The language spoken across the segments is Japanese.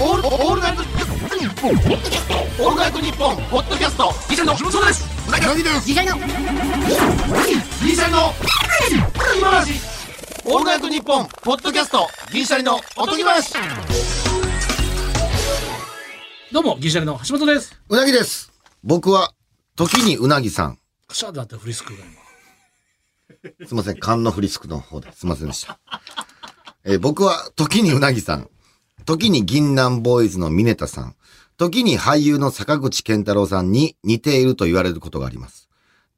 オールオールナイトニッポンオールナイトニッポンポッドキャストギシャリの木本壮ですうなぎのギシャリのギシャリの今話オールナイトニッポンポッドキャストギシャリのおとぎ話どうも、ギリシャリの橋本です。うなぎです。僕は、時にうなぎさん。カシャーだってフリスクが今。すいません、勘のフリスクの方ですいませんでした。えー僕は、時にうなぎさん。時に銀杏ボーイズのミネタさん。時に俳優の坂口健太郎さんに似ていると言われることがあります。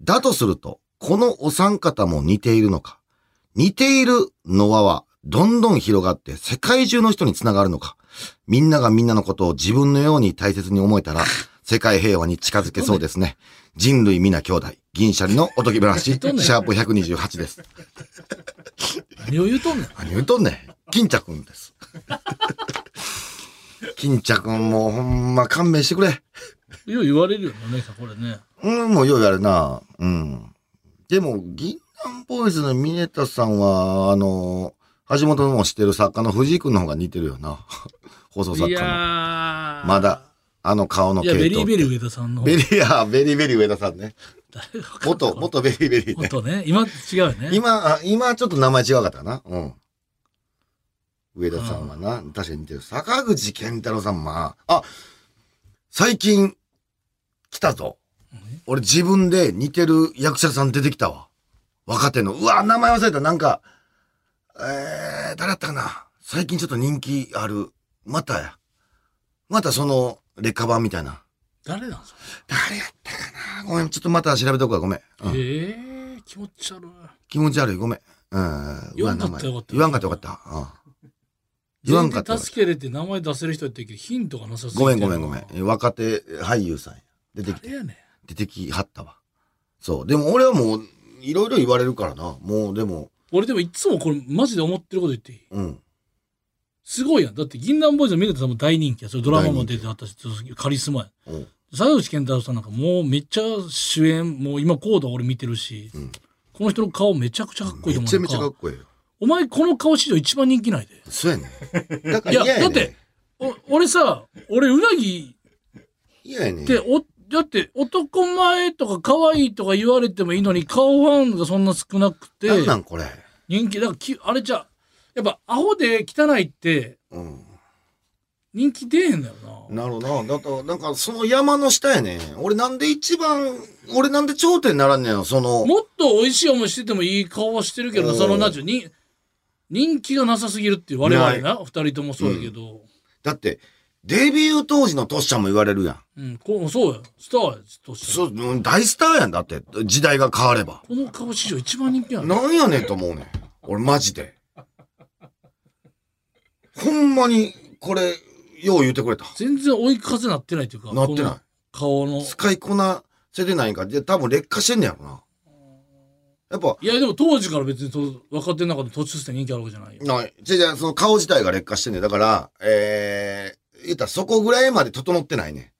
だとすると、このお三方も似ているのか。似ているの輪は、どんどん広がって世界中の人につながるのか。みんながみんなのことを自分のように大切に思えたら、世界平和に近づけそうですね。人類皆兄弟、銀シャリのおとぎ話、シどんなャープ128です。何を言うとんねん。何言うとんねん。金ちゃくん です。金ちゃくんもうほんま勘弁してくれ。よう言われるよね、お姉さん、これね。うん、もうようやるな。うん。でも、銀杏ボーイズのミネタさんは、あの、橋本のも知ってる作家の藤井くんの方が似てるよな。 放送作い家やの。ー。まだ。、あの顔のいや、ベリーベリー。ー上田さんの。ベリー、やベリーベリー上田さんね。誰が分かった元、。元ベリーベリーね。元ね。今、違うよね。今、あ今ちょっと名前違うかったな。うん。上田さんはな、確かに似てる。坂口健太郎さんも、あ、最近、来たぞ。俺自分で似てる役者さん出てきたわ。若手の。うわ、名前忘れた。なんか、えー、誰だったかな。最近ちょっと人気ある。またや。またその、劣化版みたいな。誰なんすか誰やったかな。ごめん、ちょっとまた調べとくわ。ごめん。うんええー、気持ち悪い。気持ち悪い、ごめん。うん。言わんかったらよかった言わんかったらよかった。うん言わんかったら全然助けれて名前出せる人やったけど、ヒントがなさすぎて。ごめんごめんごめん。え若手俳優さんや。出てき、誰やね出てきはったわ。そう。でも俺はもう、いろいろ言われるからな。もう、でも、ん。俺でもいつもこれ、マジで思ってること言っていいうん。すごいやん。だって、銀杏ボーイズのミネタさんも大人気や。それドラマも出てあったし、カリスマや。うん坂口健太郎さんなんかもうめっちゃ主演もう今コード俺見てるし、んこの人の顔めちゃくちゃかっこいいとめ思うちゃめちゃなかんっかこいいよ。お前この顔史上一番人気ないでそうやねん。だからいや嫌やねん。だってお俺さ俺うなぎ嫌やねん。っておだって男前とか可愛いとか言われてもいいのに顔ファンがそんな少なくてなんなんこれ。人気だからきあれじゃやっぱアホで汚いってうん。人気出えへんだよななるほどな。だと、なんかその山の下やねん。俺なんで一番、俺なんで頂点にならんねんの、その。もっと美味しい思いしててもいい顔はしてるけどおなーそのなちゅに人気がなさすぎるっていう我々なな二人ともそうだけど、だって、デビュー当時のトシちゃんも言われるやん。うん、こうそうや、スターやとしてそう、うん大スターやんだって、時代が変われば。この顔史上一番人気やん。なんやねんと思うねん。俺マジで。ほんまに、これ、よう言うてくれた。全然追い風なってないというか、なってないこの顔の。使いこなせてないんか。で、多分劣化してんねやろな。やっぱ、いや、でも当時から別にと若手の中で途中して人気あるわけじゃないよ。ない。じゃじゃその顔自体が劣化してんねん。だから、えー、言ったらそこぐらいまで整ってないね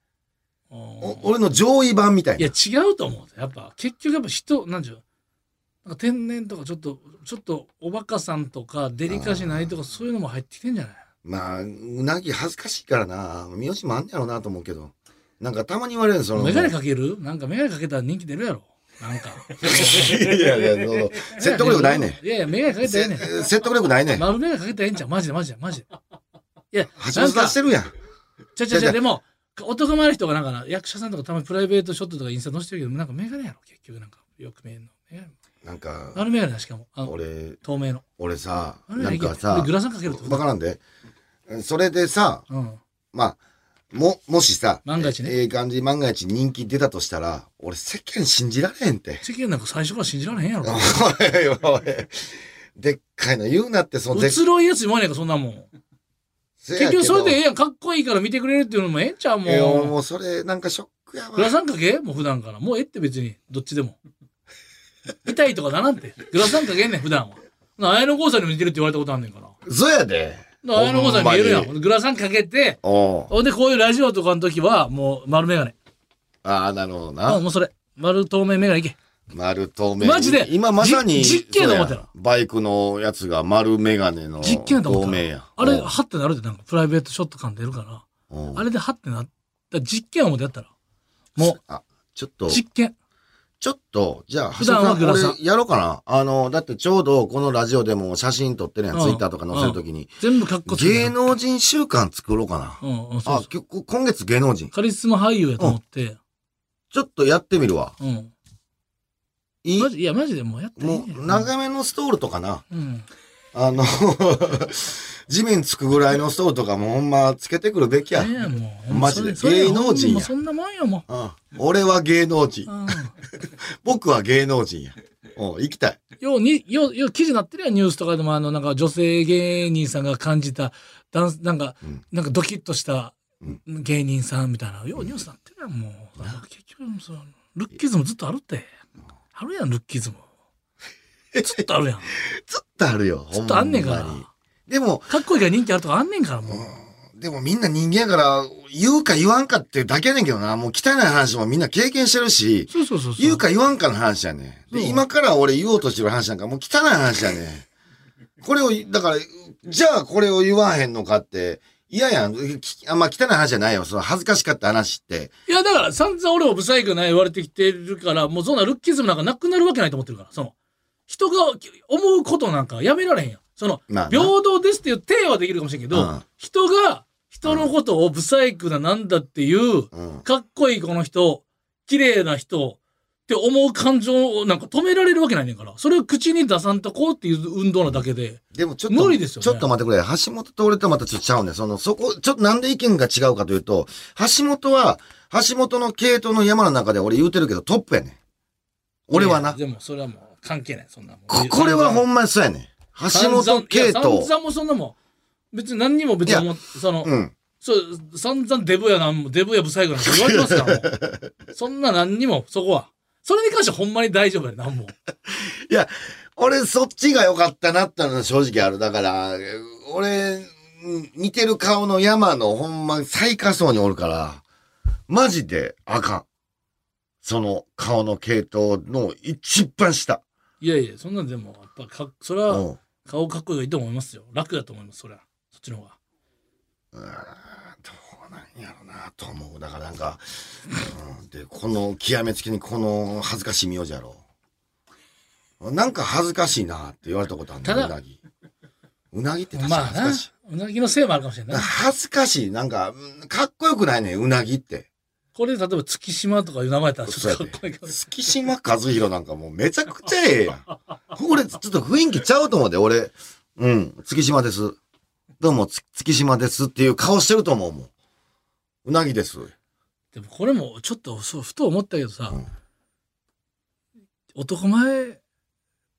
あん。おー俺の上位版みたいいや、な。違うと思うで。やっぱ、結局やっぱ人、なんちゅう。なんか天然とかちょっと、ちょっとおバカさんとか、デリカシーないとか、そういうのも入ってきてんじゃないまあ、うなぎ恥ずかしいからな。名字もあんねやろなと思うけど。なんかたまに言われるんその。メガネかけるなんかメガネかけたら人気出るやろ。なんか。いやいや、そう 説得力ないねん。いやいや、メガネかけたらええねん。せ説得力ないねん。丸メガネかけたらええんちゃうマジでマジでマジで。いや、橋本さんしてるやん。ちゃちじゃちゃあゃ、でも、男前の人がなんかな、役者さんとかたまにプライベートショットとかインスタ載せてるけど、なんかメガネやろ、結局なんか、よく見えんの。メガネなんか、あのメガネだ、しかも。あの、俺、透明の。俺さ、あのなメんガネかさでグ、ラサンかけるってことバカなんで、それでさ、うん。まあ、も、もしさ、万が一ねええ感じ、万が一人気出たとしたら、俺世間信じられへんって。世間なんか最初から信じられへんやろ。おいおい、でっかいの言うなって、そのでうっつろいやつもわねんか、そんなもん。せやけ結ど局それでええやん、かっこいいから見てくれるっていうのもええんちゃういやももうそれ、なんかショックやう。グラわ。サンかけもう普段から。もうええって別に、どっちでも。痛いとかだなんて。グラサンかけんねん、普段は。な綾野剛さんにも似てるって言われたことあんねんから。そうやで。な綾野剛さんに言えるやん。ほほまんでグラサンかけて、おうほんで、こういうラジオとかの時は、もう丸メガネ。ああ、なるほどあな。もうそれ。丸透明メガネいけ。丸透明。マジで今まさに、じ実験だ思ってたそうやバイクのやつが丸メガネの実験だと思っ透た明や。あれ、うんはってなるで、なんかプライベートショット感出るから。うんあれではってなった。実験をもってやったら。もあ、ちょっう、と、実験。ちょっと、じゃあ、普段は橋本さんグラ俺やろうかな。あの、だってちょうどこのラジオでも写真撮ってるやん、うんツイッターとか載せるときに。全部格好つけて芸能人週間作ろうかな。うん、うん、そうあそう、きょ今月芸能人。カリスマ俳優やと思って。ちょっとやってみるわ。うん。いいマジ、いや、マジでもうやっていいもねう、長めのストールとかな。うん。あの、 地面つくぐらいのストールとかもほんまつけてくるべきや。ねえもう。マジでそれ芸能人やもうそんなもんよ、もうん俺は芸能う。人う。ん。僕は芸能人や。お行きたい。ように、よう、よう記事になってるやん、ニュースとかでも、あの、なんか女性芸人さんが感じた、ダンス、なんか、うんなんかドキッとしたうん芸人さんみたいな、ようニュースなってるやん、もう。だから結局、そのルッキズムずっとあるって。あるやん、ルッキズ ム。ずっとあるやん。ずっとあるよ。ほずっとあんねんかまにら。でも、かっこいいから人気あるとかあんねんから、もう。でもみんな人間やから、言うか言わんかってだけやねんけどな。もう汚い話もみんな経験してるし、そうそうそうそう。言うか言わんかの話やねん。そで、う今から俺言おうとしてる話なんかもう汚い話やねん。これを、だから、じゃあこれを言わへんのかって、嫌やん。きあんまあ汚い話じゃないよ。その恥ずかしかった話って。いや、だから散々俺もブサイクない言われてきてるから、もうそんなルッキズムなんかなくなるわけないと思ってるから、その、人が思うことなんかやめられへんやん。その、まあな、平等ですっていう体はできるかもしれんけど、うん人が人のことをブサイクだなんだっていう、うん。かっこいいこの人、綺麗な人って思う感情をなんか止められるわけないねんから、それを口に出さんとこうっていう運動なだけで、でもちょっと、無理ですよねちょっと待ってくれ。橋本と俺とまたちょっとちゃうね。その、そこ、ちょっとなんで意見が違うかというと、橋本は、橋本の系統の山の中で俺言うてるけどトップやねん。俺はいなや。でもそれはもう関係ない、そんなもんここれはほんまにそうやねん。橋本系散々統いや。散々もそんなもん別に何にも別に思っその、うん。そう散々デブやなんもデブやブサイクなんて言われますから もうそんな何にもそこはそれに関してはほんまに大丈夫やなんも俺、そっちが良かったなったのは正直ある。だから、俺、うん似てる顔の山のほんまに最下層におるから、マジであかん。その顔の系統の一番下。いやいやそんなんでもやっぱかそれうはん。顔かっこいいがいいと思いますよ楽だと思いますそりゃそっちの方がうーんどうなんやろなと思う。だからなんか、うん、で、この極めつけにこの恥ずかしい名字やろ。なんか恥ずかしいなって言われたことあるただうなぎ。うなぎって確かにまあ恥ずなかしい。うなぎのせいもあるかもしれないな恥ずかしい。なんか、うんかっこよくないねんうなぎって。これで例えば月島とかいう名前やったらちょっとかっこいいかもし月島和弘なんかもうめちゃくちゃええやん。俺、ちょっと雰囲気ちゃうと思うで、俺。うん、月島です。どうも、つ月島ですっていう顔してると思うもん。うなぎです。れないでもこれもちょっとそうふと思ったけどさ、うん男前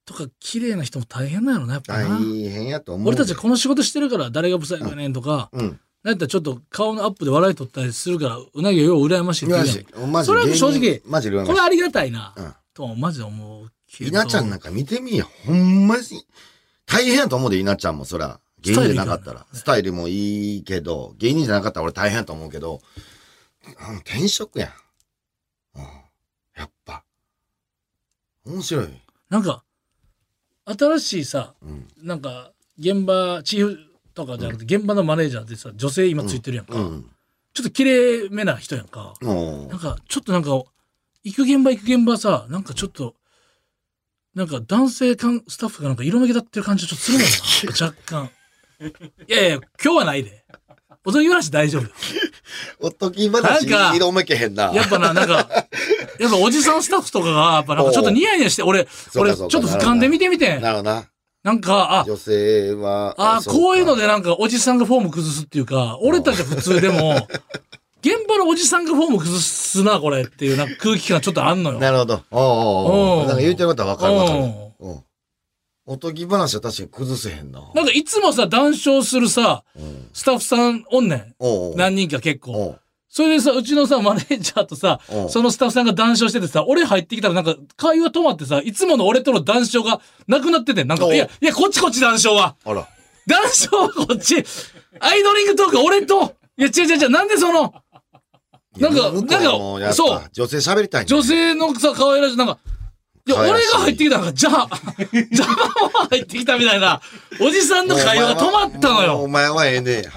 とか綺麗な人も大変なのなやっぱな、大変やと思う。俺たちこの仕事してるから誰が不細工やねんとか、うん。なんやったらちょっと顔のアップで笑い取ったりするからうなぎはよう羨ましいって言うやんマジそれは正直芸人マジで羨ましいこれありがたいな、うんとはマジで思うけど稲ちゃんなんか見てみや。ほんまに、大変やと思うで、稲ちゃんも、そら。芸人じゃなかったら。ススタイルもいいけど、芸人じゃなかったら俺大変やと思うけど、あの転職やん。うん。やっぱ。面白い。なんか新しいさうん。なんか現場チーフとかじゃなくて現場のマネージャーでさ女性今ついてるやんか、うん。ちょっと綺麗めな人やんか、もなんかちょっとなんか行く現場行く現場さなんかちょっとなんか男性かんスタッフがなんか色めき立ってる感じがちょっとするもんな若干いやいや今日はないでおとぎ話大丈夫よう、おとぎ話なんか色めけへんな。やっぱな、なんか、やっぱおじさんスタッフとかが、やっぱなんかちょっとニヤニヤして、俺、う俺、かちそょうっかと俯瞰で見てみてん。なるほどな。なんか、あ、女性は。あそかこういうの。でなんかおじさんがフォーム崩すっていうか、俺たちは普通でも、現場のおじさんがフォーム崩すな、これっていうなんか空気感ちょっとあんのよ。なるほど。おうおうおううんなんか言うてることはわかるわかうる。んうん。おとぎ話は確かに崩せへんな。なんかいつもさ、談笑するさ、うん。スタッフさんおんねん。おうおう何人か結構。おうそれでさ、うちのさ、マネージャーとさ、おうそのスタッフさんが談笑しててさ、俺入ってきたらなんか会話止まってさ、いつもの俺との談笑がなくなってて、なんおか、ういや、いや、こっちこっち談笑は。あら。談笑はこっち。アイドリングトークは俺と。いや、違う違う違う、なんでその、なんかいや向こうもなんかやっぱそう女性喋りたいんだね女性のさ、可愛らしい、なんか、で、はい俺が入ってきたのが、じゃあ、じゃあも入ってきたみたいな、おじさんの会話が止まったのおよ。前はええねや。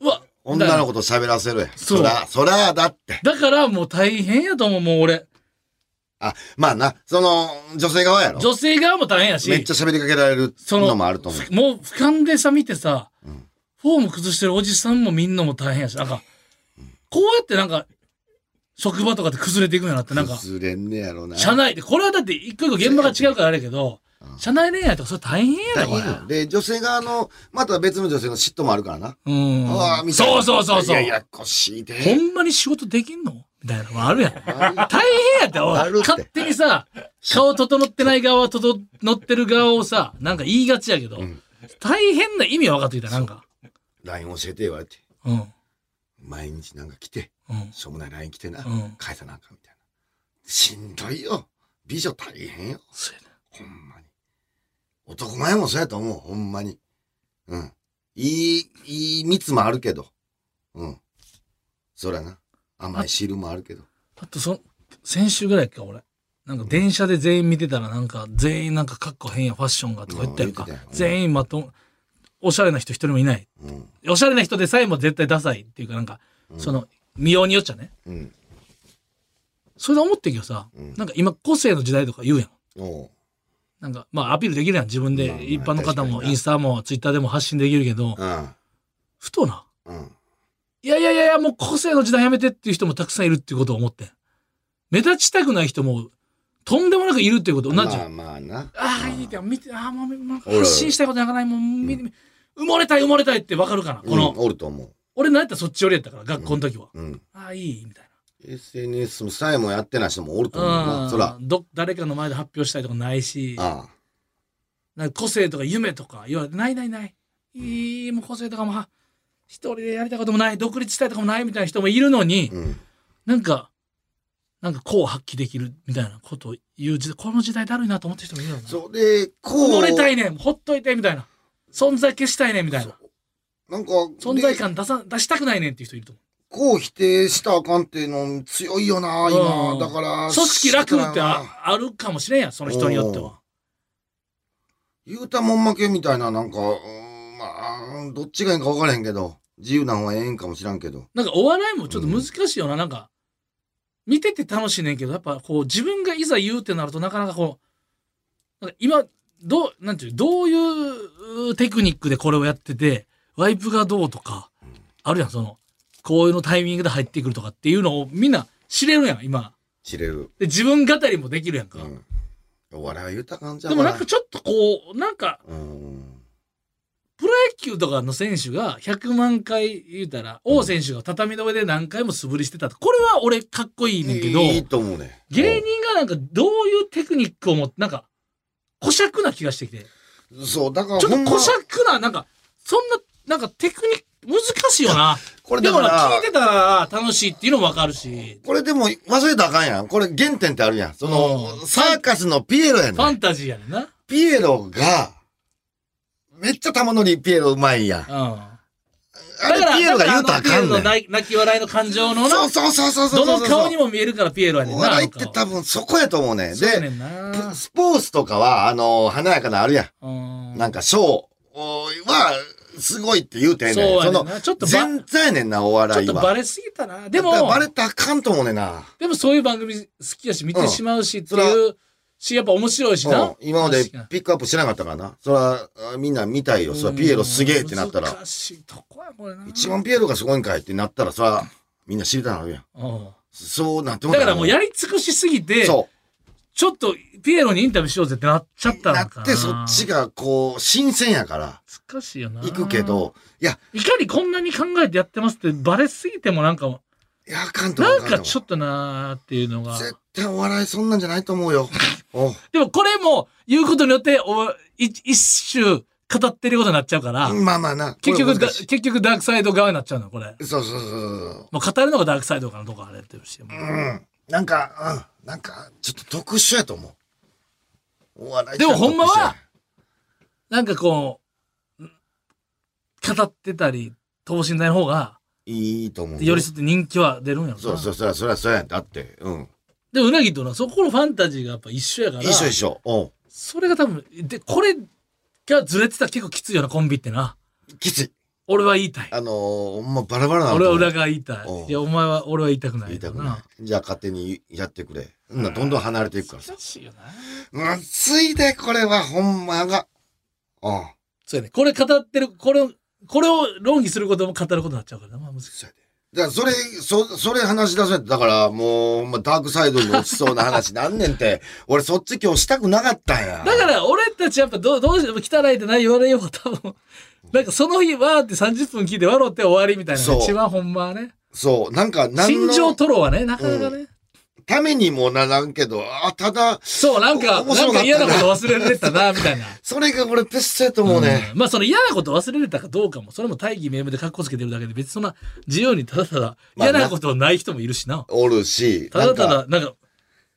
うわ、女の子と喋らせるやん。そうそら、そら、だって。だからもう大変やと思う、もう俺。あ、まあな、その、女性側やろ。女性側も大変やし、めっちゃ喋りかけられるそののもあると思う。もう俯瞰でさ見てさ、フォーム崩してるおじさんもみんなも大変やし、なんか、こうやってなんか、職場とかで崩れていくんやなって、なんか、崩れんねやろな。社内で、これはだって一個一個現場が違うからあれやけど、社内恋愛とかそれ大変や大な、こ変れ。よで、女性側の、また別の女性の嫉妬もあるからな。うんうわー。みたいそなうそうそうそう。ややこしいほで。んまに仕事できんのみたいなのもあるやん。大変やって、おあるってい勝手にさ、顔整ってない側は整ってる側をさ、なんか言いがちやけど、大変な意味は分かってきた、なんか。 LINE 教えて言われて。うん。うん。毎日なんか来て、しょうもない LINE 来てなうん。返さなあかんみたいな。しんどいよ。美女大変よ。そうやなほんまに。男前もそうやと思う。ほんまに。うん。いい、いい蜜もあるけど。うん。そらな。甘い汁もあるけど。あとそ、先週ぐらいか、俺。なんか電車で全員見てたら、なんか全員なんかかっこ変やファッションがとか言ったやんかうん言ってたよ。うん全員まとも、おしゃれな人一人もいない。うん。おしゃれな人でさえも絶対ダサいっていうか、なんか、その、見ようによっちゃね。うん。それで思ってんけどさ、うんなんか今個性の時代とか言うやん。おう。なんか、まあアピールできるやん。自分でまあまあ一般の方確もかになインスタもツイッターでも発信できるけど、うん。ふとな、うん。いやいやいやいや、もう個性の時代やめてっていう人もたくさんいるっていうことを思ってん。目立ちたくない人もとんでもなくいるっていうこと、同じ。まあまあな。ああ、いいか、見て、ああ、もう、もうおいおい発信したいことなくない、もう、み埋もれたい、埋もれたいってわかるかな、この、うん、おると思う。俺なんやったらそっち寄りやったから、学校の時は。うん。ああ、いい、みたい SNS もさえもやってない人もおると思うな。うな。ん。そら。ど、誰かの前で発表したいとかないし、ああ。なんか個性とか夢とか言われて、ないないない。いい、もう個性とかも、は一人でやりたいこともない、独立したいとかもないみたいな人もいるのに、うん。なんか、なんかこう発揮できるみたいなことを言う時代、この時代だるいなと思ってる人もいるよな。それ、こう。埋もれたいねん、ほっといて、みたいな。存在消したいねん、みたいな。なんか、存在感出さ、出したくないねんっていう人いると思こう否定したらあかんっていうの強いよな、うん今。だから。う。組織楽って仕方ないなああるかもしれんやん、その人によっては。言うたもん負けみたいな、なんか、うーんまあ、どっちがいいんか分からへんけど、自由な方がええんかもしらんけど。なんかお笑いもちょっと難しいよな、なんか、見てて楽しいねんけど、やっぱこう自分がいざ言うってなるとなかなかこう、なんか今、どう、なんていう、どういうテクニックでこれをやってて、ワイプがどうとか、あるやん、その、こういうのタイミングで入ってくるとかっていうのをみんな知れるやん、今。知れる。で、自分語りもできるやんか。うん。お笑いは言うた感じでもなんかちょっとこう、なんか、うん。プロ野球とかの選手が100万回言うたら、王選手が畳の上で何回も素振りしてたとこれは俺かっこいいねんけど、いいと思うね。芸人がなんかどういうテクニックを持って、なんか、古尺な気がしてきて。ち人そう、だから、ょっとほんま古尺な、なんか、そんな、なんかテクニック、難しいよな。これでだもかな、聞いらて、たら楽しいっていうのもわかるし、これでも忘れたらあかんやん。これ原点ってあるやん。そうんの、サーカスのピエロやねフんァ。ンタジーやねんな。ピエロが、めっちゃ玉乗りピエロうまいやん。うん。あれピエロが言うたらあかんねだからあのピエロのん。泣き泣き笑いの感情のな、そうそうそうそうそうそう。どの顔にも見えるからピエロやねんおな。笑いって多分そこやと思うね。そうやでね、んなプ。スポーツとかは、あの、華やかなあるやうんん。なんか、ショーは、すごいって言うてんそうねん。やねそんなの、ちょっとば全然やねんな、おちょっ笑いとは。バレすぎたな。でもだ、からバレたらあかんと思うねんな。でもそういう番組好きやし、見てしまうしっていう、し、やっぱ面白いしうんな。今まで確かにピックアップしなかったからな。そら、あみんな見たいよ。そら、ピエロすげえってなったうんら、難しいとこや、これな。一番ピエロがすごいんかいってなったら、そら、みんな知りたいなるやん。うんそうなってもだからもうやり尽くしすぎて、そう。ちょっとピエロにインタビューしようぜってなっちゃったなのっかな。て、そっち。が、こう、新鮮やから、難しいよな。行くけ。ど、いや、いかにこんなに考えてやってますってバレすぎてもなんか、いや、あかんと思なうんかちょっとなーっていうのが。絶対お笑いそんなんじゃないと思うよ。 おでもこれも言うことによって、お一一種語ってることになっちゃうから。まあまあな。結こ局れだ、難しい結局ダークサイド側になっちゃうのよこれ。そうそうそうそう。もう語るのがダークサイドかのとこあれやってるし。もううん。なんか、うん。なんか、ちょっと特殊やと思う。お笑いでもちょっとほんまは特殊や、なんかこう、ん語ってたり、等身大の方が、いいと思う。寄り添って人気は出るんやろな。そうそうそう、そりゃそうやん。だって、うん。でもうなぎとなそこのファンタジーがやっぱ一緒やから一緒一緒。う。それが多分でこれがずれてたら結構きついよなコンビってなんきつい。俺は言いたいあのー、ほんまバラバラなの俺は裏側言いたおいういやお前は俺は言いたくない言いたくなない。じゃあ勝手にやってくれ。うんどんどん離れていくからさ難。しいよなうん、ついで、これはほんまが。うん。そうやねこれ語ってるこれをこれを論議することも語ることになっちゃうからな、まあ、難しいそうやで。だからそれ、そ、それ話し出せって、だからもう、ほんまダークサイドに落ちそうな話なんねんて。 俺そっち今日したくなかったんや。だから俺たちやっぱどうどうしても汚いって何言われようが多分なんかその日わーって30分聞いて笑って終わりみたいなのがそう一番ほんまはねそう、なんか、何心情のトロはねなかなかね、ためにもならんけど、あ、ただ、そうなんかお面な白んかかった嫌ななこと忘れてたなみたいなそれが俺ペッセやと思うね。うん まあその嫌なこと忘れてたかどうかもそれも大義名分でかっこつけてるだけで別にそんな自由にただただまあ嫌なことない人もいるしなおるし、ただなたんかだなんか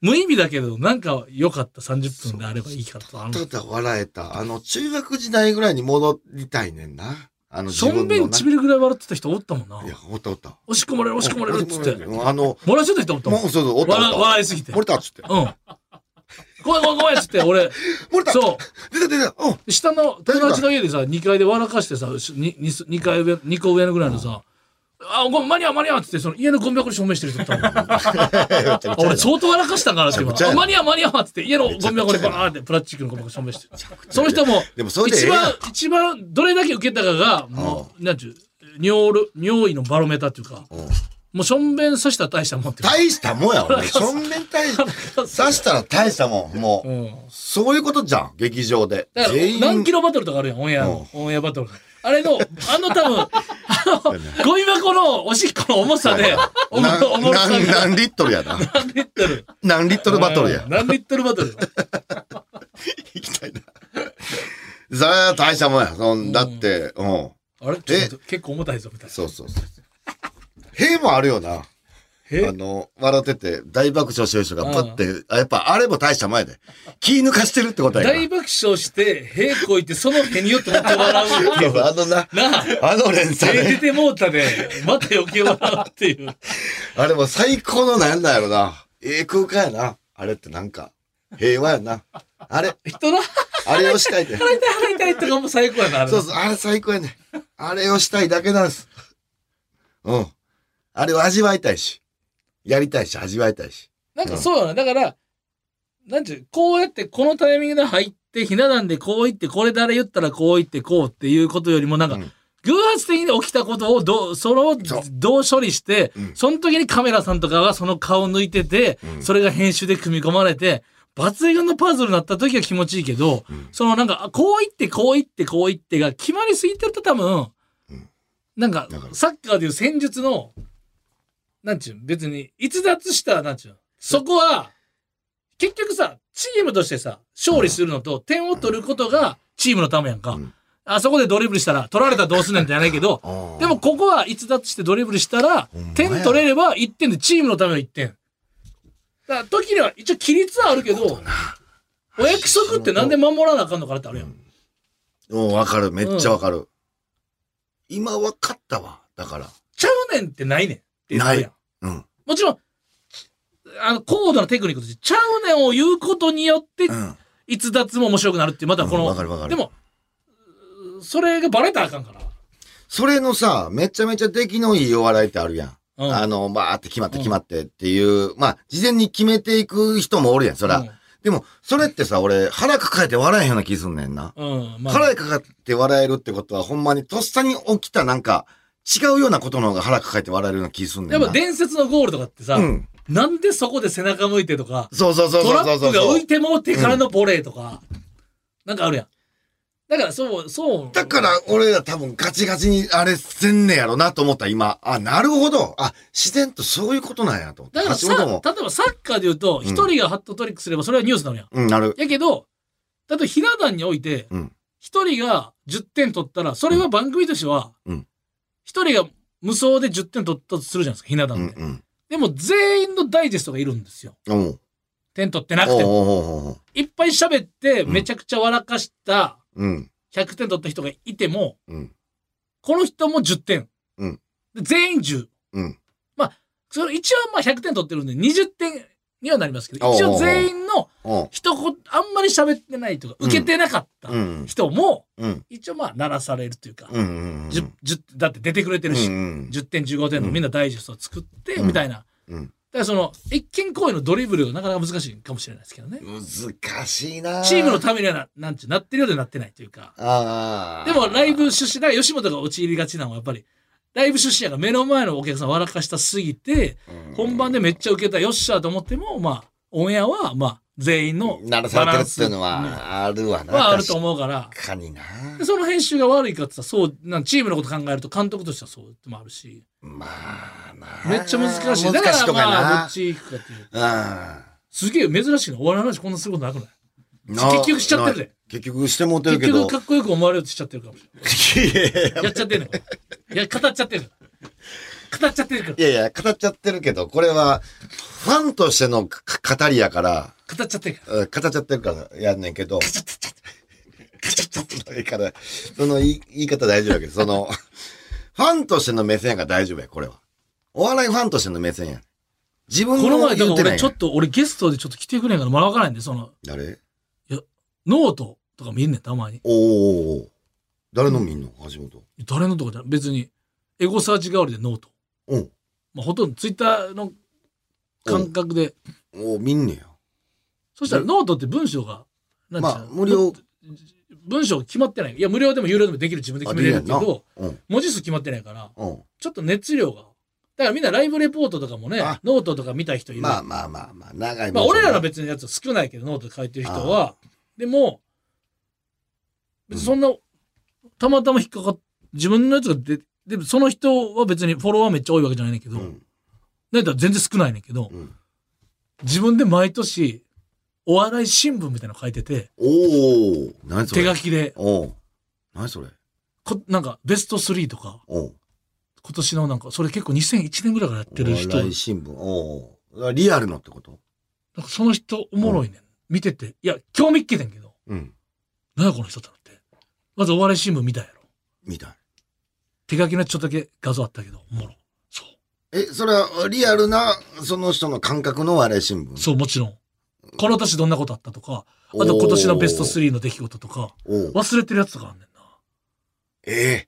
無意味だけどなんか良かった30分であればいいかとあのただ笑えた。あの、中学時代ぐらいに戻りたいねんな。あの、しょんべんちびるぐらい笑ってた人おったもんないや、おったおった。押し込まれる押し込まれるっつってうんあの、漏らしてた人おったももんうそうそう、おったお笑った。笑いすぎて。う漏んれ。たっつって。ごめんごめんごめんっつって、俺、漏れたそ出た出たうんう、下の友達の家でさ、2階で笑かしてさ、2階上、二個上のぐらいのさ、あ、ごめん、間に合う間に合うっつって、その家のゴミ箱に証明してる人 おったもんあ 俺相当笑かしたんからって今めちゃくちゃやあな間に合う間に合うっつって家のゴミ箱にバーってプラスチックのゴミ箱証明してるその人もでもそれでえ一えやん番一番どれだけ受けたかがもうなんちゅう尿路尿意のバロメーターっていうかうんもうしょんべんさしたら大したもんっていうか大したもんや、お 前。そんなに大し腹刺立つしたら大したもん、もうう。んそういうことじゃん、劇場で。だから全員何キロバトルとかあるやん、オンエアの、オンエアバトル。あれの、あの多分、 あの、ゴミ箱のおしっこの重さで、おもな重さ何、が何リットルやな。 何リットル。何リットルバトルやうん。何リットルバトルよ。行きたいな。それは大したもんや。そんだって、うん。あれちょっと結構重たいぞ、みたいな。そうそうそう。塀もあるよな。へあの、笑ってて、大爆笑してる人がパッて、あやっぱあれも大した前で。気抜かしてるってことやから。大爆笑して、平行いって、その辺によってま た笑うっていう。あのな、なあ、あの連手鎖出ね。てもうたで、また余計笑うっていう。あれも最高のなんだろうな。ええ空間やな。あれってなんか、平和やな。あれ、人のあれをしたいで。腹痛い腹痛いとかも最高やな、あれそうそう、あれ最高やね。あれをしたいだけなんです。うん。あれを味わいたいし。やりたいし、味わいたいし。なんかそうよね。だから、なんちゅう、こうやってこのタイミングで入って、ひな壇でこう言って、これ誰言ったらこう言って、こうっていうことよりも、なんか、うん偶発的に起きたことをどう、それをそうどう処理して、うんその時にカメラさんとかがその顔を抜いてて、うんそれが編集で組み込まれて、抜群のパズルになった時は気持ちいいけど、うんそのなんか、あこう言って、こう言って、こう言ってが決まりすぎてると多分、うんなんかだか、らサッカーでいう戦術の、なんちゅう、別に、逸脱した、なんちゅう、そこは、結局さ、チームとしてさ、勝利するのと、点を取ることが、チームのためやんか。うんあそこでドリブルしたら、取られたらどうすんねんじゃないけど、あーでも、ここは逸脱してドリブルしたらほんまや、点取れれば1点でチームのための1点。だから時には一応規律はあるけど、お約束ってなんで守らなあかんのかなってあるやん。うん、わかる。めっちゃわかる。今わかったわ。だから。ちゃうねんってないねんってなるやん。うん。もちろん、あの、高度なテクニックとして、ちゃうねんを言うことによってう、ん。逸脱も面白くなるっていう、またこうんの、わかるわかるでも、それがバレたらあかんから。それのさ、めちゃめちゃ出来のいいお笑いってあるやん。うんあの、バーって決まって決まってっていう、まあ、事前に決めていく人もおるやん、そら。うんでも、それってさ、俺、腹抱えて笑えへんような気すんねんな。うん、まあ、腹抱えて笑えるってことは、ほんまにとっさに起きたなんか、違うようなことの方が腹抱えて笑えるような気すんねやんっな。ぱ伝説のゴールとかってさ、うん。なんでそこで背中向いてとか、そうそうそうトそラうそうッそう。プが浮いてもうてからのボレーとか、なんかあるやん。だから、そう、そう。だから、俺ら多分ガチガチにあれせんねやろなと思った今。あ、なるほど。あ、自然とそういうことなんやと思って。だから橋さ、本例えも。ばサッカーで言うと、ん一人がハットトリックすればそれはニュースなのやん。うん、なる。やけど、例えばひな壇においてうん、一人が10点取ったら、それは番組としてはうん、一人が無双で10点取ったとするじゃないですか、ひなうん壇で。うん。でも全員のダイジェストがいるんですよ。おう点取ってなおくうても。おうおうおういっぱい喋って、うんめちゃくちゃ笑かした、うん。 100点取った人がいても、うん。この人も10点。うんで全員10。うん。それ一応まあ100点取ってるんで、20点にはなりますけおうど、おう一応全員のうん。一言、あんまり喋ってないとか、うん受けてなかったうん。人も、うん。一応まあ、鳴らされるというか、うん。うん。じゅじゅだって出てくれてるし、うん。 10点、15点のみんなダイジェストを作って、うんみたいな。うんだからその、一見行為のドリブルがなかなか難しいかもしれないですけどね。難しいなチームのためにはな、なんちゅう、なってるようでなってないというか。ああ。でもライブ出資、だから吉本が陥りがちなのはやっぱり、ライブ出資やが目の前のお客さん笑かしたすぎて、うん、本番でめっちゃ受けたよっしゃと思っても、まあ、オンエアは、まあ、全員の鳴らされてるっていうのはあるわな。はあると思うから、確かにな。でその編集が悪いかって言ったら、そう、なんチームのこと考えると監督としてはそうでもあるし、まあな。めっちゃ難しい。だか難しいら、とかまあ、どなっ。ち行くかっていう。うん。すげえ珍しいの。お笑いの話こんなすることなくないな結局しちゃってるでな結局してもうてる結けど局かっこよく思われようとしちゃってるかもしれないい。やっちゃってんのよ。いや、語っちゃってるから。語っちゃってるから。 やいやいや語っちゃってるけどこれはファンとしてのか語りやから語っちゃってるから。うん語っちゃってるからやんねんけど語っちゃってるからその言い言い方大丈夫やけどそのファンとしての目線やから大丈夫やこれはお笑いファンとしての目線や自分この前、だか言らってな俺いちょっと、俺ゲストでちょっと来てくれんから、まだわからないんで、その、誰ノートとか見んねん、たまに。おーおーおー誰の見んの橋本誰のとかじゃない別に、エゴサーチ代わりでノート。うんまあ、ほとんどツイッターの感覚で、おー見んねやそしたらノートって文章が、なんていまうあの無料文章決まってない。いや、無料でも有料でもできる自分で決めれるけあできるど、うん文字数決まってないから、うんちょっと熱量が。だからみんなライブレポートとかもねあ、ノートとか見た人いる。まあまあまあまあ長いまあ、俺らの別別にやつは少ないけど、ノートで書いてる人は。でも、別にそんな、たまたま引っかかっ、自分のやつがで、でもその人は別にフォロワーめっちゃ多いわけじゃないねんけど、うんなんだったら全然少ないねんけど、うん自分で毎年、お笑い新聞みたいなの書いてて、おお何それ手書きで、おう何それこなんかベスト3とか、おう今年のなんか、それ結構2001年ぐらいからやってる人、おな笑んいか新聞おうリアルのってことその人おもろいねん。見てて、いや、興味っけてんけど、うんなんやこの人ってなって。まずお笑い新聞見たやろ。みたい手書きのやつちょっとだけ画像あったけど、おもろ。そえそれはリアルなその人の感覚の笑い新聞う。そう、もちろん。この年どんなことあったとか、あおうと今年のベスト3の出来事とか、おう忘れてるやつとかあんねんな。え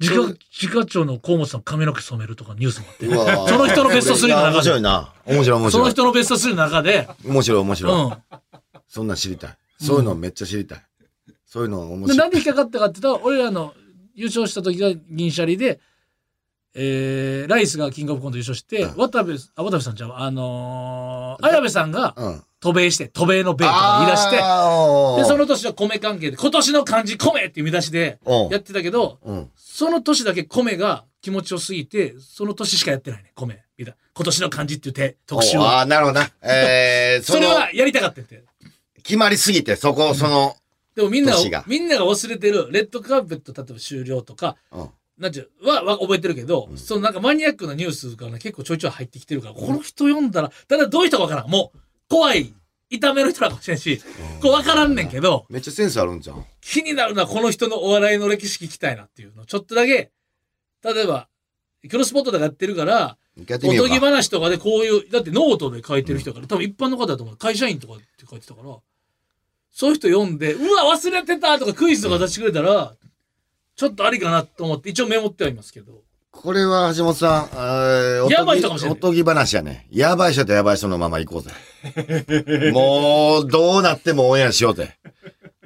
自そ家、自家長の河本さん髪の毛染めるとかニュースもあってえ。うわー その人のベスト3の中で面白いな面白い面そ白のい人のベスト3の中で、面白い面う白いん。そんなん知りたいそういうのめっちゃ知りたいそういうの面で、白ないんで引っかかったかって言ったら、俺らの優勝した時が銀シャリで、えー、ライスがキングオブコント優勝して、うん渡部、あ、渡部さんじゃうわあのー、綾部さんがうん渡米して、渡米の米とか言い出して、で、そのの年は米関係で、今年の漢字米っていう見出しでおうやってたけど、うんその年だけ米が気持ちよすぎて、その年しかやってないね、米。みたいな今年の漢字っていう手、特集おうは。ああなるほどなえー そのれはやりたかったって。決まりすぎてそこそのでもみんな年がが、みんなが忘れてる、レッドカーペット、例えば終了とか、うんなんていう、は、は覚えてるけど、うんそのなんかマニアックなニュースがね、結構ちょいちょい入ってきてるから、この人読んだら、ただどういう人かわからん。もう、怖い、痛める人らかもしれんし、こうわからんねんけど、めっちゃセンスあるんじゃん気になるのはこの人のお笑いの歴史聞きたいなっていうの。ちょっとだけ、例えば、クロスポットとかやってるから、一回やっておみよとうぎか。話とかでこういう、だってノートで書いてる人やから、多分一般の方だと思う。会社員とかって書いてたから、そういう人読んで、うわ、忘れてたとかクイズとか出してくれたら、ちょっとありかなと思って、一応メモってはいますけど。これは橋本さん、えーおとぎやばい人かもしれないおとぎ話やね。やばい人とやばい人のまま行こうぜ。 もう、どうなってもオンエアしようぜ。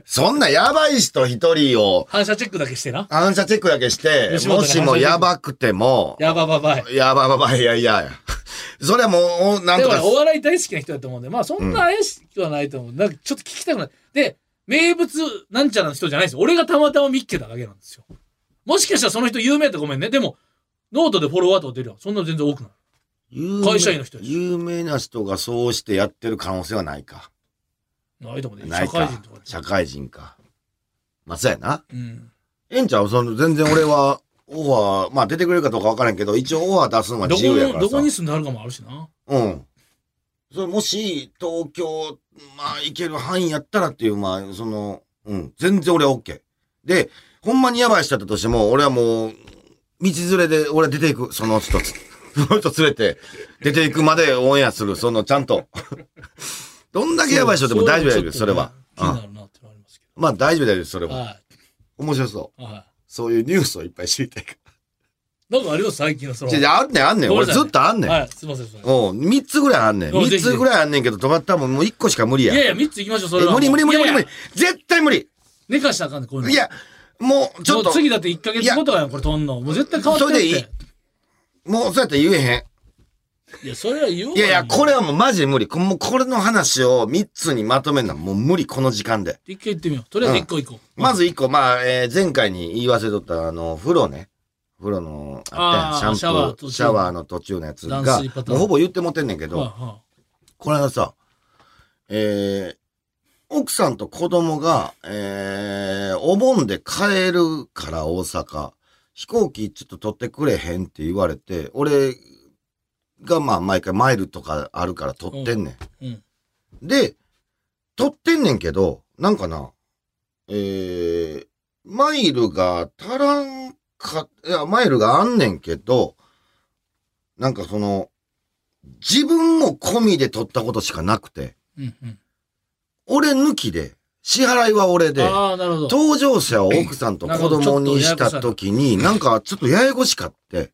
そんなやばい人一人を反射チェックだけしてな。反射チェックだけして、吉本もに反射チしェックもやばくても、やばばばい。やばばばいやいや。それはもうお、なんでともねかお笑い大好きな人だと思うんで、まあそんな怪しくはないと思う。なんかちょっと聞きたくない。で、名物なんちゃらの人じゃないですよ。俺がたまたま見っけただけなんですよ。もしかしたらその人有名だとごめんね。でも、ノートでフォロワーとか出るよ。そんなの全然多くない。有名会社員の人です有名な人がそうしてやってる可能性はないか。ないと思うね。な社い会か人とか。で社会人か。まあ、そうやな。うん。ええんちゃうその、全然俺は、オファー、まあ出てくれるかどうかわからんけど、一応オファー出すのはどこ自由やかのらさ。どこに住んであるかもあるしな。うん。それもし、東京、まあ行ける範囲やったらっていう、まあ、その、うん、全然俺は OK。で、ほんまにやばい人だったとしても、俺はもう、道連れで俺は出ていく、その人つ。 その人連れて、出ていくまでオンエアする、その、ちゃんと。 どんだけやばい人でも大丈夫だよ、それは。気になるなってのはありますけまあ大丈夫だよ、それど。は。は面白そう。い。はそういうニュースをいっぱい知りたいかい。なんかあります最近のそら。の。じゃああんねん、あんねん。ごめ俺んなさいずっとあんねん。はい。すいません、すいません。おう3つぐらいあんねん。おうぜ3ひつぐらいあんねんけど、止まったらもうもう1個しか無理や。いやいや、三つ行きましょう、そえれは。無理無理無理無理いや無い理や。絶対無理。寝かしたらあかんで、こういうの。いや、もうちょっもとう、次だって1ヶ月後とかやん、これとんの。もう絶対変わってるっそてれでいもうそうやって言えへ。いや、それは言おうんいやいや、これはもうマジで無理。こもうこれの話を3つにまとめるのはもう無理、この時間で。一回行ってみよう。とりあえず一個行こう。まず1個、まあ、えー前回に言い忘れとった、あの、風呂ね。風呂の、あったやんあーシャンプー、シャシャワワーー途中の途中のやつが、断水パターンもうほぼ言ってもってんねんけど、はいはこの間さ、えー、奥さんと子供が、えー、お盆で帰るから大阪、飛行機ちょっと取ってくれへんって言われて、俺がまあ毎回マイルとかあるから取ってんねん。うんで、取ってんねんけど、なんかな、えー、マイルが足らんか、いや、マイルがあんねんけど、なんかその、自分も込みで取ったことしかなくて、い。うんうん。俺抜きで、支払いは俺で、ああ、なるほど。搭乗者を奥さんと子供にした時に、なんかちょっとややこしかって、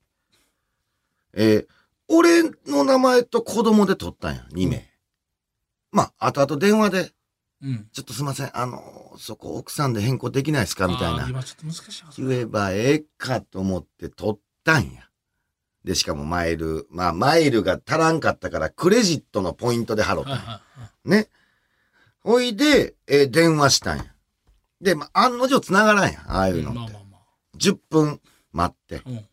えー俺の名前と子供で取ったんや、2名。まあ、後々電話で、うん。ちょっとすいません、あのーそこ奥さんで変更できないですかみたいあなー。今ちょっと難しいなそれ言えばええかと思って取ったんや。で、しかもマイル、まあ、マイルが足らんかったから、クレジットのポイントで払ったんはやいはいはい。ね。ほいで、えー電話したんや。で、まあ、案の定繋がらんやん。ああいうのって。まあまあまあ。 10分待ってうん。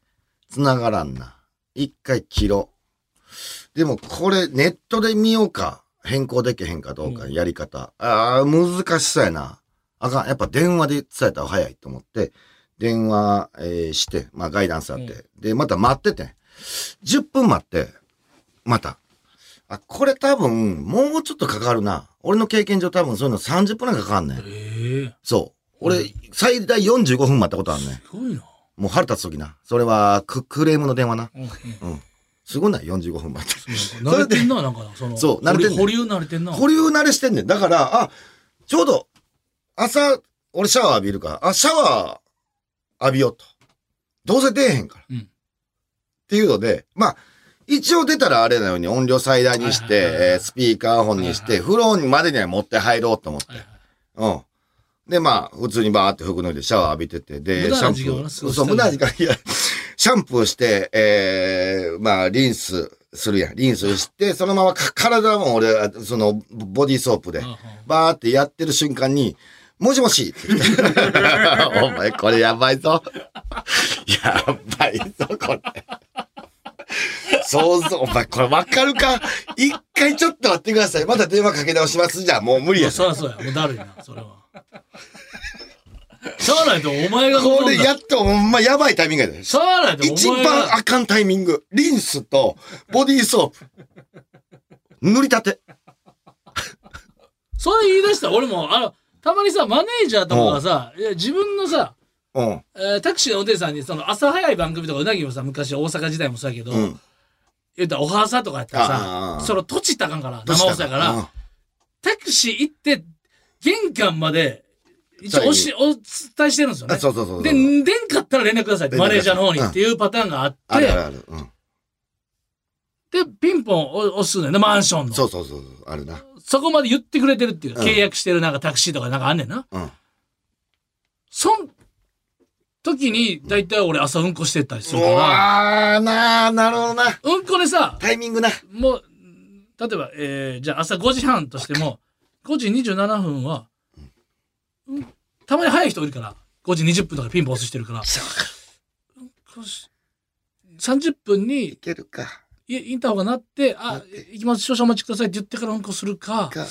繋がらんな。一回切ろう。でも、これ、ネットで見ようか。変更できへんかどうか、うんやり方。ああ、難しそうやな。あかん。やっぱ電話で伝えた方が早いと思って、電話、えーして、まあ、ガイダンスあって。で、また待っててん。10分待って、また。あ、これ多分、もうちょっとかかるな。俺の経験上多分そういうの30分なんかかかんねん。ええ。そう。俺、最大45分待ったことあるねん。すごいな。もう腹立つ時な。それはク、クレームの電話な。 うんうん。すごいな、45分待って。なんか慣れてんな、なんか、その。そう慣れてんねん保留慣れてんな。保留慣れしてんねん。だから、あ、ちょうど、朝、俺シャワー浴びるから、あ、シャワー浴びようと。どうせ出えへんから。うんっていうので、まあ、一応出たらあれなように音量最大にして、はいはいはいはいえースピーカーホンにして、はい風呂にまでには持って入ろうと思ってはい。はいうん。で、まあ、普通にバーって服脱いでシャワー浴びてて、で、シ無駄ャなン時間をプな過ー、ごそしたう、ね無駄な時間、いや、シャンプーして、えー、まあ、リンスするやん。リンスして、そのままか体も俺、その、ボディーソープであ、あバーってやってる瞬間に、もしもしって来て お前、これやばいぞ。 やばいぞ、これ。そうそう、お前、これわかるか一回ちょっと待ってください。また電話かけ直します。じゃあ、もう無理いやや、。そりゃそうや。もうだるいな、それは。 しゃあないと、お前がこ望れんだやっと、ほんまやばいタイミングやで。しゃあないと、一お前が番あかんタイミング。リンスとボディーソープ。塗りたて。それ言い出したら俺もあのたまにさマネージャーとかがさいや自分のさ、うん。えータクシーの運転手さんにその朝早い番組とかうなぎもさ昔大阪時代もそうやけど、うん。言ったらおはさとかやったらさあーその土地ったらあかんから生放送やから、うんタクシー行って玄関まで一応おしお伝えしてるんですよねあそうそうそうそう。で出んかったら連絡くださいって連絡くださいマネージャーの方にうんっていうパターンがあって、あるあるある。うん。でピンポンを押すねんなマンションのそそうそうそうそう。あるな。こまで言ってくれてるっていう、うん契約してるなんかタクシーとかなんかあんねんなうん。そん時に、だいたい俺朝うんこしてったりすうるから、わーなー、なるほどな。うんこでさ、タイミングな。もう、例えば、えー、じゃあ朝5時半としても、5時27分は、うんたまに早い人いるから、5時20分とかピンポン押してるから、こうし30分いにけるか。いインターホンが鳴って、あ、行きます、少々お待ちくださいって言ってからうんこするか、か。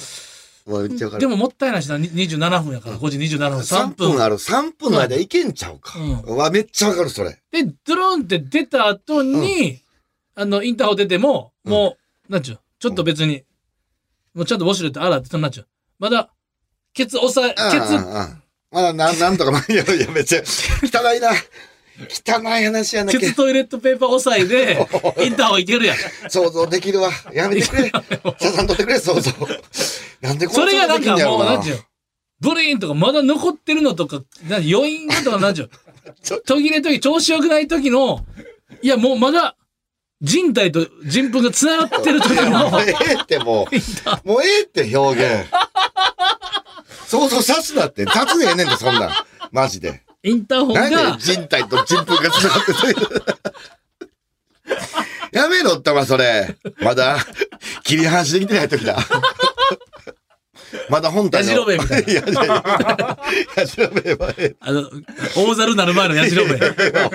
もうめっちゃわかる。でももったいないしな、に27分やから、5時27分、3 3分。分ある。3分の間いけんちゃうか。うんうわ、めっちゃわかる、それ。で、ドローンって出た後に、あの、インターホン出ても、もう、なんちゅう、ちょっと別に、もうちゃんとウォシュレット洗って、そんなんちゅう。まだ、ケツ押さえ、うんうん ケうんまだな、なんとか、まあ、いや、いや、めっちゃ、汚いな。汚い話やなけ鉄トイレットペーパー押さえで、 インターホンいけるやん。想像できるわ。やめてくれ。ささんとってくれ、想像。なんでこそんれながこなとでんきんかねやろもう、ななんちゅうのブリーンとかまだ残ってるのとか、な余韻がとか なんちゅうちょの途切れ時、調子良くない時の、いやもうまだ、人体と人糞が繋がってる 時の、もうええってもう、もうええって表現。想像さすなって、雑でええねんて、そんなん。マジで。インターホン何がで、人体と人糞がつながってる。やめろったわ、それ。まだ、切り離しできてない時だ。まだ本体の。やじろべえみたいな。やじろべえやじろべえはえあの、大猿なる前のやじろべえ。えわ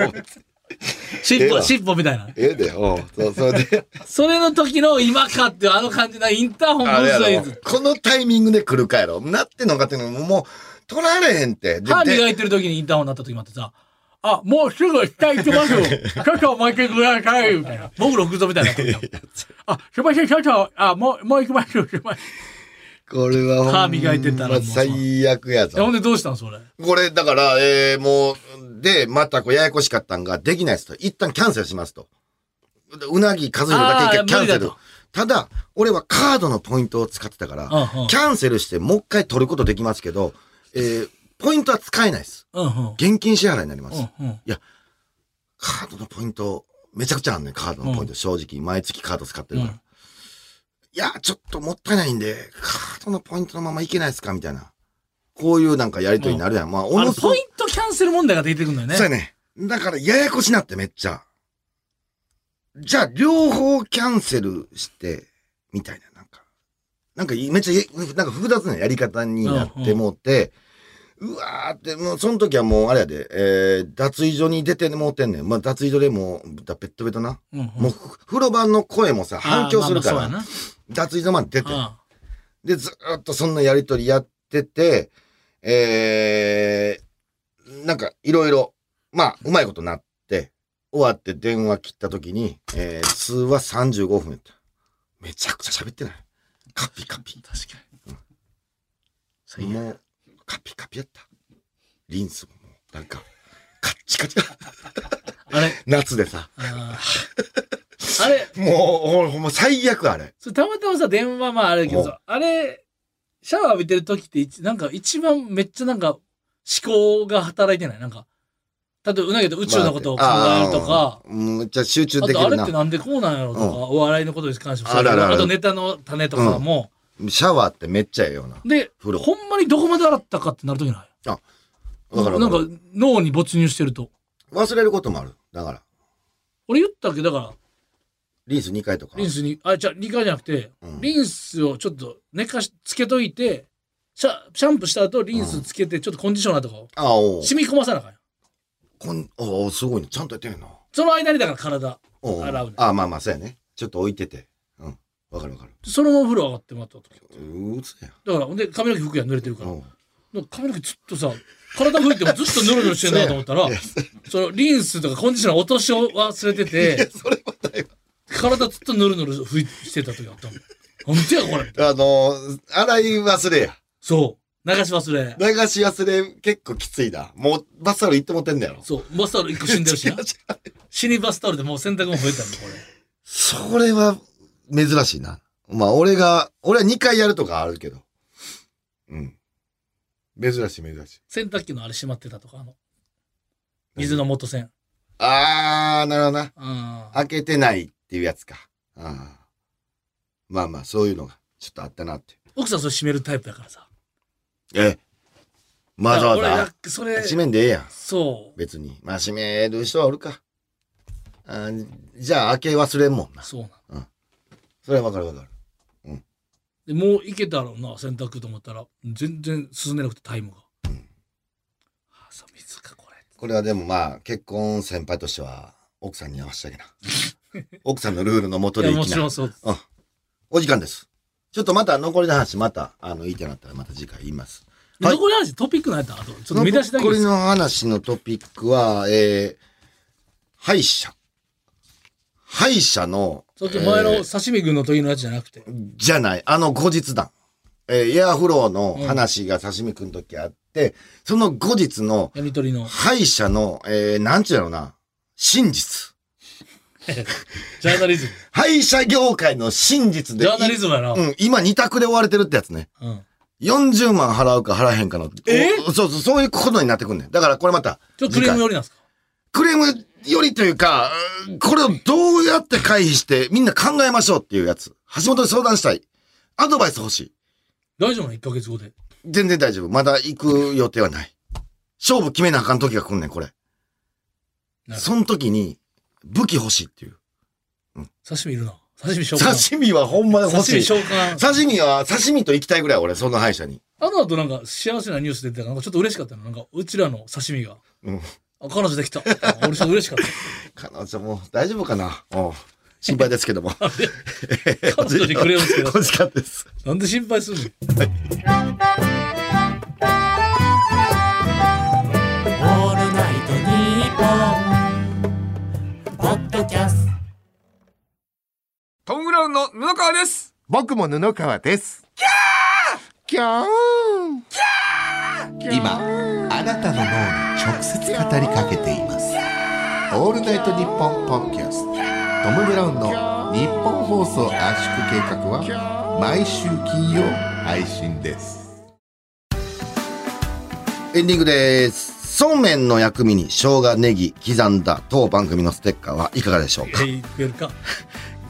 尻ええ尾、わ尻尾みたいな。ええで、おうそう、それで、それの時の今かっていうあの感じなインターホンあれやむろずい。。このタイミングで来るかやろ。なってんのかっていうのも、もう、取られへんって。で歯で磨いてる時にインターホンなった時もあってさ、あ、もうすぐ下行き ますよ。ちょっとお待ちください。みたいな。僕の服装みたいになってる。あ、すいません、ちょっと、あ、もう、もう行きますよ。すいませこれはほんま歯磨いてたらもう最悪やん。ほぞ。んでどうしたんそれ。これ、だから、えー、もう、で、またこうややこしかったんが、できないですと。一旦キャンセルしますと。うなぎ、和弘だけ一回あーキャンセ無理ルだと。ただ、俺はカードのポイントを使ってたから、うんうんキャンセルしてもう一回取ることできますけど、えー、ポイントは使えないです。うんうん。現金支払いになります。うんうん。カードのポイント、めちゃくちゃあんねん、カードのポイント。正直、毎月カード使ってるから。うんいや、ちょっともったいないんで、カードのポイントのままいけないですかみたいな。こういうなんかやりとりになるやん。まあ、おあの、そポイントキャンセル問題が出てくるんだよね。そうやね。だから、ややこしなって、めっちゃ。じゃあ、両方キャンセルして、みたいな、なんか。なんか、めっちゃや、なんか複雑なやり方になってもうて、うわーって、もう、その時はもう、あれやで、えー、脱衣所に出てもうてんねん。まあ、脱衣所でもう、だベッドベトな。うんうん。もう、ふ風呂場の声もさ、反響するから、あーまあまあ脱衣所まで出そてうや。な。で、ずーっとそんなやりとりやってて、えー、なんかいろいろ、まあ、うまいことなって、終わって電話切った時に、えー、通話35分やった。めちゃくちゃ喋ってない。カピカピうん。確かに。最悪もう、カピカピやった。リンスも、なんか、カッチカチだ。あれ、夏でさ。あーあれ、もう、ほんま最悪あれ。それたまたまさ、電話まああれだけどおうさ、あれ、シャワー浴びてる時って一、なんか一番めっちゃなんか思考が働いてないなんか、例えばうなぎと宇宙のことを考えるとか、まあ。うんめっちゃ集中あできとあるれっなて。なんでこうなんやろうとか、うんお笑いのことに関してもそうあるあるあるあとネタの種とかも、シャワーってめっちゃええよな。で、風呂。ほんまにどこまで洗ったかってなるときないだから、なんか脳に没入してると。忘れることもある。だから。俺言ったっけだから、リンス2回とか。リンスに、あ、じゃあ2回じゃなくて、うんリンスをちょっと寝かし、つけといて、シャシャンプーした後、リンスつけて、ちょっとコンディショナーとかをああ、おう染み込まさなあかんよこん、ああ、すごいね。ちゃんとやってるの。その間にだから体おう洗うねああ、まあまあ、そうやね。ちょっと置いてて。うん。わかるわかる。そのままお風呂上がってもらった時うーつや。だからほんで髪の毛服や濡れてるからおうなんか髪の毛ずっとさ体拭いてもずっとぬるぬるしてんなと思ったら いやそのリンスとかコンディショナー落としを忘れててそれはだいぶ。体ずっとぬるぬる拭いしてた時あったもんなんでやこれあのー、洗い忘れや。そう流し忘れ流し忘れ結構きついな。もう、バスタオル行ってもってんだやろ。そうバスタオル一個死んで るしな違う違う死にバスタオルでもう洗濯も増えたんだこれそれは、珍しいな。まあ、俺が、俺は2回やるとかあるけど。うん。珍しい、珍しい。洗濯機のあれ閉まってたとかあの水の元栓ああ、なるほどな。ああ開けてないっていうやつか。ああまあまあ、そういうのがちょっとあったなって。奥さんそれ閉めるタイプだからさえわざわだから俺ざだってそれ閉めんでええやん。そう別に。まあ、閉める人はおるか。あーじゃあ、開け忘れんもんな。そうなのそれはわかるわかる。でもういけたろうな洗濯と思ったら全然進んでなくてタイムが、ああさ水かこれこれはでもまあ、結婚先輩としては、奥さんに合わせてあげな。 奥さんのルールのもとでいやいもきちなろ。んそううん。お時間です。ちょっとまた残りの話、また、あの、いいってなったらまた次回言います。ではい残りの話トピックのやったあとちょっと見出しだけこでれすの話のトピックは、えー、歯医者。歯医者の、さっき前えのー刺身軍の時のやつじゃなくて、じゃない、あの後日談。えー、エアフローの話が刺身くんの時あっって、その後日のやりとりの。 歯医者の、えー、なんちゅうやろうな、真実。ジャーナリズム。歯医者業界の真実で。ジャーナリズムやな。うん、今二択で追われてるってやつね。うん。 40万払うか払えへんかの。えおそうそう、そういうことになってくんねん。だからこれまた。ちょっとク次レーム回寄りなんですかクレームよりというか、うんこれをどうやって回避してみんな考えましょうっていうやつ。橋本に相談したい。アドバイス欲しい。大丈夫なの ?1 ヶ月後で。全然大丈夫。まだ行く予定はない。勝負決めなあかん時が来んねん、これ。なるほその時に、武器欲しいっていう。ど刺身いるな。刺身召喚。刺身はほんまに欲刺し身い。召喚。刺身は、刺身と行きたいぐらい、俺、その歯医者に。あの後なんか幸せなニュース出てたから、なんかちょっと嬉しかったの。なんか、うちらの刺身が。うん。あ、彼女できた。あ俺ちょっと嬉しかった。彼女も大丈夫かなうん。心配ですけども。 彼女にクレームつけた 欲しかったです。なんで心配するのオールナイトニッポン」ポッドキャストトム・ブラウンの布川です僕も布川です。キャーキャー今あなたの脳に直接語りかけています「オールナイトニッポン」ポッドキャストトム・ブラウンの日本放送圧縮計画は毎週金曜配信ですエンディングです。そうめんの薬味に生姜、ネギ、刻んだ当番組のステッカーはいかがでしょうか、えい、増えるか。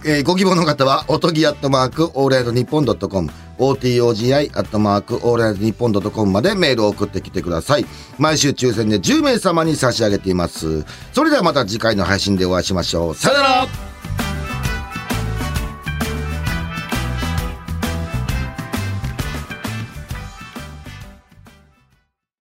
えーご希望の方は、おとぎアットマーク、オールナイトニッポンドットコム、OTOGI アットマーク、オールナイトニッポンドットコムまでメールを送ってきてください。毎週抽選で10名様に差し上げています。それではまた次回の配信でお会いしましょう。さよなら